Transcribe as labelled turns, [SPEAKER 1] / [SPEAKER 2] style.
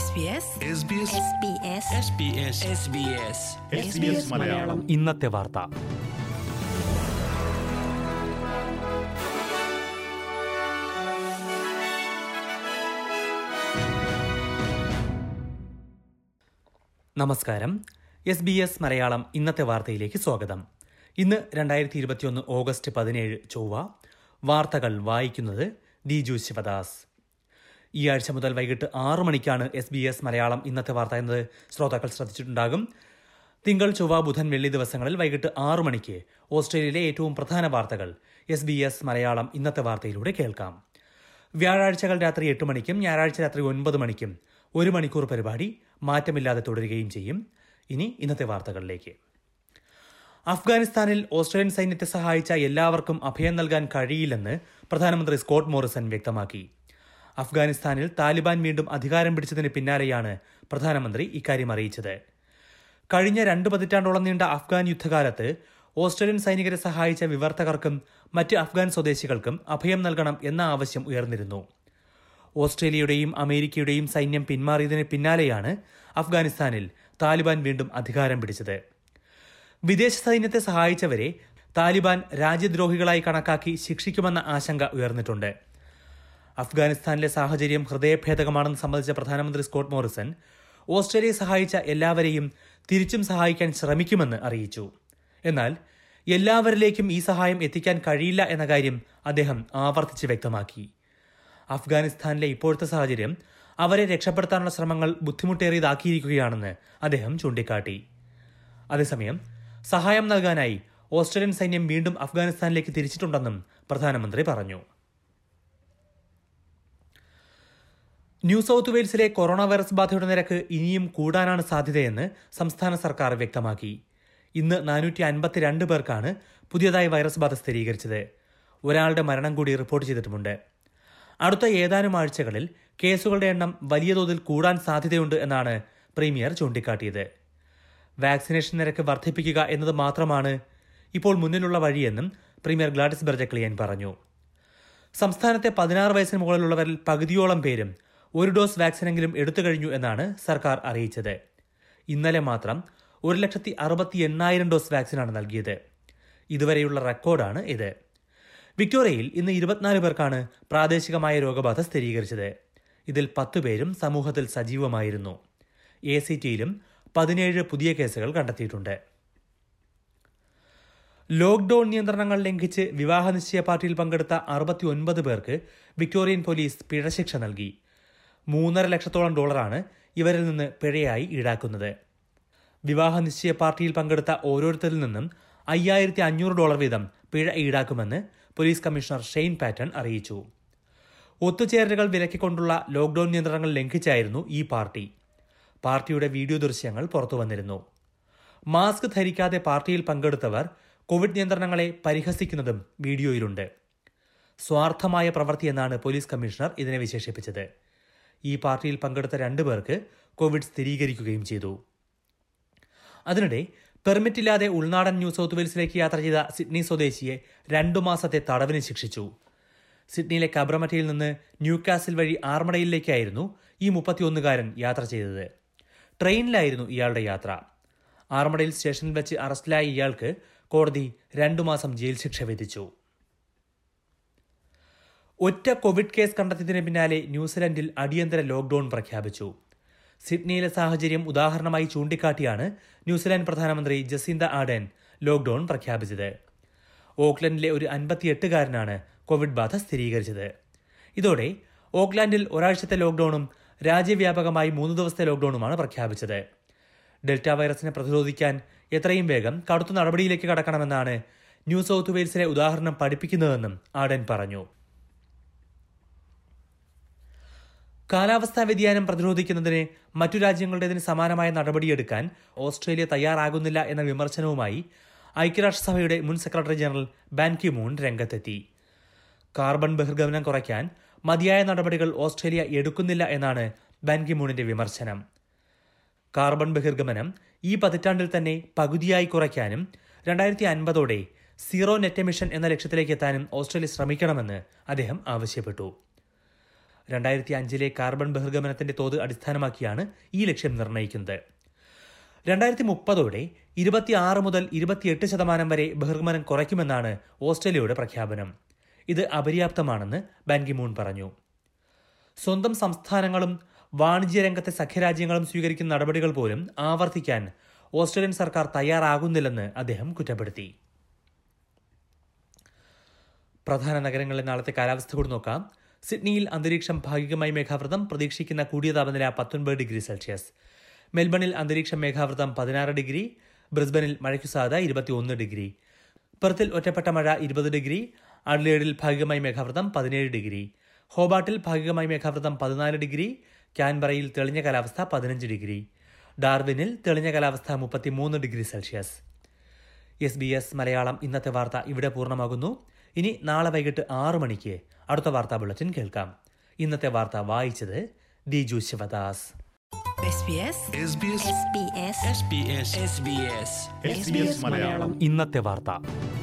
[SPEAKER 1] SBS
[SPEAKER 2] Malayalam
[SPEAKER 3] ഇന്നത്തെ വാർത്ത നമസ്കാരം എസ് ബി എസ് മലയാളം ഇന്നത്തെ വാർത്തയിലേക്ക് സ്വാഗതം ഇന്ന് രണ്ടായിരത്തി ഇരുപത്തിയൊന്ന് ഓഗസ്റ്റ് പതിനേഴ് ചൊവ്വ വാർത്തകൾ വായിക്കുന്നത് ദിജു ശിവദാസ് ഈ ആഴ്ച മുതൽ വൈകിട്ട് ആറു മണിക്കാണ് എസ് ബി എസ് മലയാളം ഇന്നത്തെ വാർത്ത എന്നത് ശ്രോതാക്കൾ ശ്രദ്ധിച്ചിട്ടുണ്ടാകും തിങ്കൾ ചൊവ്വ ബുധൻ വെള്ളി ദിവസങ്ങളിൽ വൈകിട്ട് ആറു മണിക്ക് ഓസ്ട്രേലിയയിലെ ഏറ്റവും പ്രധാന വാർത്തകൾ എസ് ബി എസ് മലയാളം ഇന്നത്തെ വാർത്തയിലൂടെ കേൾക്കാം വ്യാഴാഴ്ചകൾ രാത്രി എട്ട് മണിക്കും ഞായറാഴ്ച രാത്രി ഒൻപത് മണിക്കും ഒരു മണിക്കൂർ പരിപാടി മാറ്റമില്ലാതെ തുടരുകയും ചെയ്യും ഇനി ഇന്നത്തെ വാർത്തകളിലേക്ക് അഫ്ഗാനിസ്ഥാനിൽ ഓസ്ട്രേലിയൻ സൈന്യത്തെ സഹായിച്ച എല്ലാവർക്കും അഭയം നൽകാൻ കഴിയില്ലെന്ന് പ്രധാനമന്ത്രി സ്കോട്ട് മോറിസൺ വ്യക്തമാക്കി അഫ്ഗാനിസ്ഥാനിൽ താലിബാൻ വീണ്ടും അധികാരം പിടിച്ചതിന് പിന്നാലെയാണ് പ്രധാനമന്ത്രി ഇക്കാര്യം അറിയിച്ചത് കഴിഞ്ഞ രണ്ട് പതിറ്റാണ്ടോളം നീണ്ട അഫ്ഗാൻ യുദ്ധകാലത്ത് ഓസ്ട്രേലിയൻ സൈനികരെ സഹായിച്ച വിവർത്തകർക്കും മറ്റ് അഫ്ഗാൻ സ്വദേശികൾക്കും അഭയം നൽകണം എന്ന ആവശ്യം ഉയർന്നിരുന്നു ഓസ്ട്രേലിയയുടെയും അമേരിക്കയുടെയും സൈന്യം പിന്മാറിയതിന് പിന്നാലെയാണ് അഫ്ഗാനിസ്ഥാനിൽ താലിബാൻ വീണ്ടും അധികാരം പിടിച്ചത് വിദേശ സൈന്യത്തെ സഹായിച്ചവരെ താലിബാൻ രാജ്യദ്രോഹികളായി കണക്കാക്കി ശിക്ഷിക്കുമെന്ന ആശങ്ക ഉയർന്നിട്ടുണ്ട് അഫ്ഗാനിസ്ഥാനിലെ സാഹചര്യം ഹൃദയഭേദകമാണെന്ന് സംബന്ധിച്ച പ്രധാനമന്ത്രി സ്കോട്ട് മോറിസൺ ഓസ്ട്രേലിയയെ സഹായിച്ച എല്ലാവരെയും തിരിച്ചും സഹായിക്കാൻ ശ്രമിക്കുമെന്ന് അറിയിച്ചു എന്നാൽ എല്ലാവരിലേക്കും ഈ സഹായം എത്തിക്കാൻ കഴിയില്ല എന്ന കാര്യം അദ്ദേഹം ആവർത്തിച്ച് വ്യക്തമാക്കി അഫ്ഗാനിസ്ഥാനിലെ ഇപ്പോഴത്തെ സാഹചര്യം അവരെ രക്ഷപ്പെടുത്താനുള്ള ശ്രമങ്ങൾ ബുദ്ധിമുട്ടേറിയതാക്കിയിരിക്കുകയാണെന്ന് അദ്ദേഹം ചൂണ്ടിക്കാട്ടി അതേസമയം സഹായം നൽകാനായി ഓസ്ട്രേലിയൻ സൈന്യം വീണ്ടും അഫ്ഗാനിസ്ഥാനിലേക്ക് തിരിച്ചിട്ടുണ്ടെന്നും പ്രധാനമന്ത്രി പറഞ്ഞു ന്യൂ സൗത്ത് വെയിൽസിലെ കൊറോണ വൈറസ് ബാധയുടെ നിരക്ക് ഇനിയും കൂടാനാണ് സാധ്യതയെന്ന് സംസ്ഥാന സർക്കാർ വ്യക്തമാക്കി ഇന്ന് നാനൂറ്റി അൻപത്തിരണ്ട് പേർക്കാണ് പുതിയതായി വൈറസ് ബാധ സ്ഥിരീകരിച്ചത് ഒരാളുടെ മരണം കൂടി റിപ്പോർട്ട് ചെയ്തിട്ടുമുണ്ട് അടുത്ത ഏതാനും ആഴ്ചകളിൽ കേസുകളുടെ എണ്ണം വലിയ തോതിൽ കൂടാൻ സാധ്യതയുണ്ട് എന്നാണ് പ്രീമിയർ ചൂണ്ടിക്കാട്ടിയത് വാക്സിനേഷൻ നിരക്ക് വർദ്ധിപ്പിക്കുക എന്നത് മാത്രമാണ് ഇപ്പോൾ മുന്നിലുള്ള വഴിയെന്നും പ്രീമിയർ ഗ്ലാഡിസ് ബെർജക്ലിയൻ പറഞ്ഞു സംസ്ഥാനത്തെ പതിനാറ് വയസ്സിന് മുകളിലുള്ളവരിൽ പകുതിയോളം പേരും ഒരു ഡോസ് വാക്സിനെങ്കിലും എടുത്തു കഴിഞ്ഞു എന്നാണ് സർക്കാർ അറിയിച്ചത് ഇന്നലെ മാത്രം ഒരു ലക്ഷത്തി അറുപത്തി എണ്ണായിരം ഡോസ് വാക്സിനാണ് നൽകിയത് ഇതുവരെയുള്ള റെക്കോർഡാണ് ഇത് വിക്ടോറിയയിൽ ഇന്ന് ഇരുപത്തിനാല് പേർക്കാണ് പ്രാദേശികമായ രോഗബാധ സ്ഥിരീകരിച്ചത് ഇതിൽ പത്ത് പേരും സമൂഹത്തിൽ സജീവമായിരുന്നു എ സി ടിയിലും പതിനേഴ് പുതിയ കേസുകൾ കണ്ടെത്തിയിട്ടുണ്ട് ലോക്ക്ഡൌൺ നിയന്ത്രണങ്ങൾ ലംഘിച്ച് വിവാഹ നിശ്ചയ പാർട്ടിയിൽ പങ്കെടുത്ത അറുപത്തി ഒൻപത് പേർക്ക് വിക്ടോറിയൻ പോലീസ് പിഴശിക്ഷ നൽകി മൂന്നര ലക്ഷത്തോളം ഡോളറാണ് ഇവരിൽ നിന്ന് പിഴയായി ഈടാക്കുന്നത് വിവാഹ നിശ്ചയ പാർട്ടിയിൽ പങ്കെടുത്ത ഓരോരുത്തരിൽ നിന്നും അയ്യായിരത്തി അഞ്ഞൂറ് ഡോളർ വീതം പിഴ ഈടാക്കുമെന്ന് പോലീസ് കമ്മീഷണർ ഷെയ്ൻ പാറ്റൺ അറിയിച്ചു ഒത്തുചേരലുകൾ വിലക്കിക്കൊണ്ടുള്ള ലോക്ക്ഡൌൺ നിയന്ത്രണങ്ങൾ ലംഘിച്ചായിരുന്നു ഈ പാർട്ടി പാർട്ടിയുടെ വീഡിയോ ദൃശ്യങ്ങൾ പുറത്തുവന്നിരുന്നു മാസ്ക് ധരിക്കാതെ പാർട്ടിയിൽ പങ്കെടുത്തവർ കോവിഡ് നിയന്ത്രണങ്ങളെ പരിഹസിക്കുന്നതും വീഡിയോയിലുണ്ട് സ്വാർത്ഥമായ പ്രവൃത്തി എന്നാണ് പോലീസ് കമ്മീഷണർ ഇതിനെ വിശേഷിപ്പിച്ചത് ഈ പാർട്ടിയിൽ പങ്കെടുത്ത രണ്ടു പേർക്ക് കോവിഡ് സ്ഥിരീകരിക്കുകയും ചെയ്തു അതിനിടെ പെർമിറ്റില്ലാതെ ഉൾനാടൻ ന്യൂ സൗത്ത് വെയിൽസിലേക്ക് യാത്ര ചെയ്ത സിഡ്നി സ്വദേശിയെ രണ്ടു മാസത്തെ തടവിന് ശിക്ഷിച്ചു സിഡ്നിയിലെ കബ്രമറ്റയിൽ നിന്ന് ന്യൂകാസിൽ വഴി ആർമടയിലേക്കായിരുന്നു ഈ മുപ്പത്തിയൊന്നുകാരൻ യാത്ര ചെയ്തത് ട്രെയിനിലായിരുന്നു ഇയാളുടെ യാത്ര ആർമടയിൽ സ്റ്റേഷനിൽ വെച്ച് അറസ്റ്റിലായ ഇയാൾക്ക് കോടതി രണ്ടു മാസം ജയിൽ ശിക്ഷ വിധിച്ചു ഒറ്റ കോവിഡ് കേസ് കണ്ടെത്തിയതിന് പിന്നാലെ ന്യൂസിലൻഡിൽ അടിയന്തര ലോക്ക്ഡൌൺ പ്രഖ്യാപിച്ചു സിഡ്നിയിലെ സാഹചര്യം ഉദാഹരണമായി ചൂണ്ടിക്കാട്ടിയാണ് ന്യൂസിലാൻഡ് പ്രധാനമന്ത്രി ജസീന്ത ആഡൻ ലോക്ക്ഡൌൺ പ്രഖ്യാപിച്ചത് ഓക്ലൻഡിലെ ഒരു അൻപത്തിയെട്ടുകാരനാണ് കോവിഡ് ബാധ സ്ഥിരീകരിച്ചത് ഇതോടെ ഓക്ലാൻഡിൽ ഒരാഴ്ചത്തെ ലോക്ക്ഡൌണും രാജ്യവ്യാപകമായി മൂന്ന് ദിവസത്തെ ലോക്ക്ഡൌണുമാണ് പ്രഖ്യാപിച്ചത് ഡെൽറ്റ വൈറസിനെ പ്രതിരോധിക്കാൻ എത്രയും വേഗം കടുത്ത നടപടിയിലേക്ക് കടക്കണമെന്നാണ് ന്യൂ സൗത്ത് വെയിൽസിലെ ഉദാഹരണം പഠിപ്പിക്കുന്നതെന്നും ആഡൻ പറഞ്ഞു കാലാവസ്ഥാ വ്യതിയാനം പ്രതിരോധിക്കുന്നതിന് മറ്റു രാജ്യങ്ങളുടേതിന് സമാനമായ നടപടിയെടുക്കാൻ ഓസ്ട്രേലിയ തയ്യാറാകുന്നില്ല എന്ന വിമർശനവുമായി ഐക്യരാഷ്ട്രസഭയുടെ മുൻ secretary general Ban Ki Moon രംഗത്തെത്തി കാർബൺ ബഹിർഗമനം കുറയ്ക്കാൻ മതിയായ നടപടികൾ ഓസ്ട്രേലിയ എടുക്കുന്നില്ല എന്നാണ് ബാൻ കി മൂണിന്റെ വിമർശനം കാർബൺ ബഹിർഗമനം ഈ പതിറ്റാണ്ടിൽ തന്നെ പകുതിയായി കുറയ്ക്കാനും രണ്ടായിരത്തി അൻപതോടെ സീറോ നെറ്റ് എമിഷൻ എന്ന ലക്ഷ്യത്തിലേക്ക് എത്താനും ഓസ്ട്രേലിയ ശ്രമിക്കണമെന്ന് അദ്ദേഹം ആവശ്യപ്പെട്ടു രണ്ടായിരത്തി അഞ്ചിലെ കാർബൺ ബഹിർഗമനത്തിന്റെ തോത് അടിസ്ഥാനമാക്കിയാണ് ഈ ലക്ഷ്യം നിർണ്ണയിക്കുന്നത് രണ്ടായിരത്തി മുപ്പതോടെ ഇരുപത്തിയാറ് മുതൽ ഇരുപത്തിയെട്ട് ശതമാനം വരെ ബഹിർഗമനം കുറയ്ക്കുമെന്നാണ് ഓസ്ട്രേലിയയുടെ പ്രഖ്യാപനം ഇത് അപര്യാപ്തമാണെന്ന് ബാൻകിമൂൺ പറഞ്ഞു സ്വന്തം സംസ്ഥാനങ്ങളും വാണിജ്യ രംഗത്തെ സഖ്യരാജ്യങ്ങളും സ്വീകരിക്കുന്ന നടപടികൾ പോലും ആവർത്തിക്കാൻ ഓസ്ട്രേലിയൻ സർക്കാർ തയ്യാറാകുന്നില്ലെന്ന് അദ്ദേഹം കുറ്റപ്പെടുത്തി പ്രധാന നഗരങ്ങളിലെ നാളത്തെ കാലാവസ്ഥ കൂടി നോക്കാം സിഡ്നിയിൽ അന്തരീക്ഷം ഭാഗികമായി മേഘാവൃതം പ്രതീക്ഷിക്കുന്ന കൂടിയ താപനില പത്തൊൻപത് ഡിഗ്രി സെൽഷ്യസ് മെൽബണിൽ അന്തരീക്ഷം മേഘാവൃതം പതിനാറ് ഡിഗ്രി ബ്രിസ്ബനിൽ മഴയ്ക്കു സാധ്യത ഇരുപത്തിയൊന്ന് ഡിഗ്രി പെർത്തിൽ ഒറ്റപ്പെട്ട മഴ ഇരുപത് ഡിഗ്രി അഡ്ലേഡിൽ ഭാഗികമായി മേഘാവൃതം പതിനേഴ് ഡിഗ്രി ഹോബാട്ടിൽ ഭാഗികമായി മേഘാവൃതം പതിനാല് ഡിഗ്രി ക്യാൻബറയിൽ തെളിഞ്ഞ കാലാവസ്ഥ പതിനഞ്ച് ഡിഗ്രി ഡാർവിനിൽ തെളിഞ്ഞ കാലാവസ്ഥ മുപ്പത്തിമൂന്ന് degree Celsius S B S Malayalam ഇന്നത്തെ വാർത്ത ഇവിടെ പൂർണ്ണമാകുന്നു ഇനി നാളെ വൈകിട്ട് ആറു മണിക്ക് അടുത്ത വാർത്താ ബുള്ളറ്റിൻ കേൾക്കാം ഇന്നത്തെ വാർത്ത വായിച്ചത് Diju Sivadas
[SPEAKER 1] SBS
[SPEAKER 2] SBS
[SPEAKER 1] SBS
[SPEAKER 2] SBS
[SPEAKER 4] SBS
[SPEAKER 2] SBS Malayalam
[SPEAKER 3] ഇന്നത്തെ വാർത്ത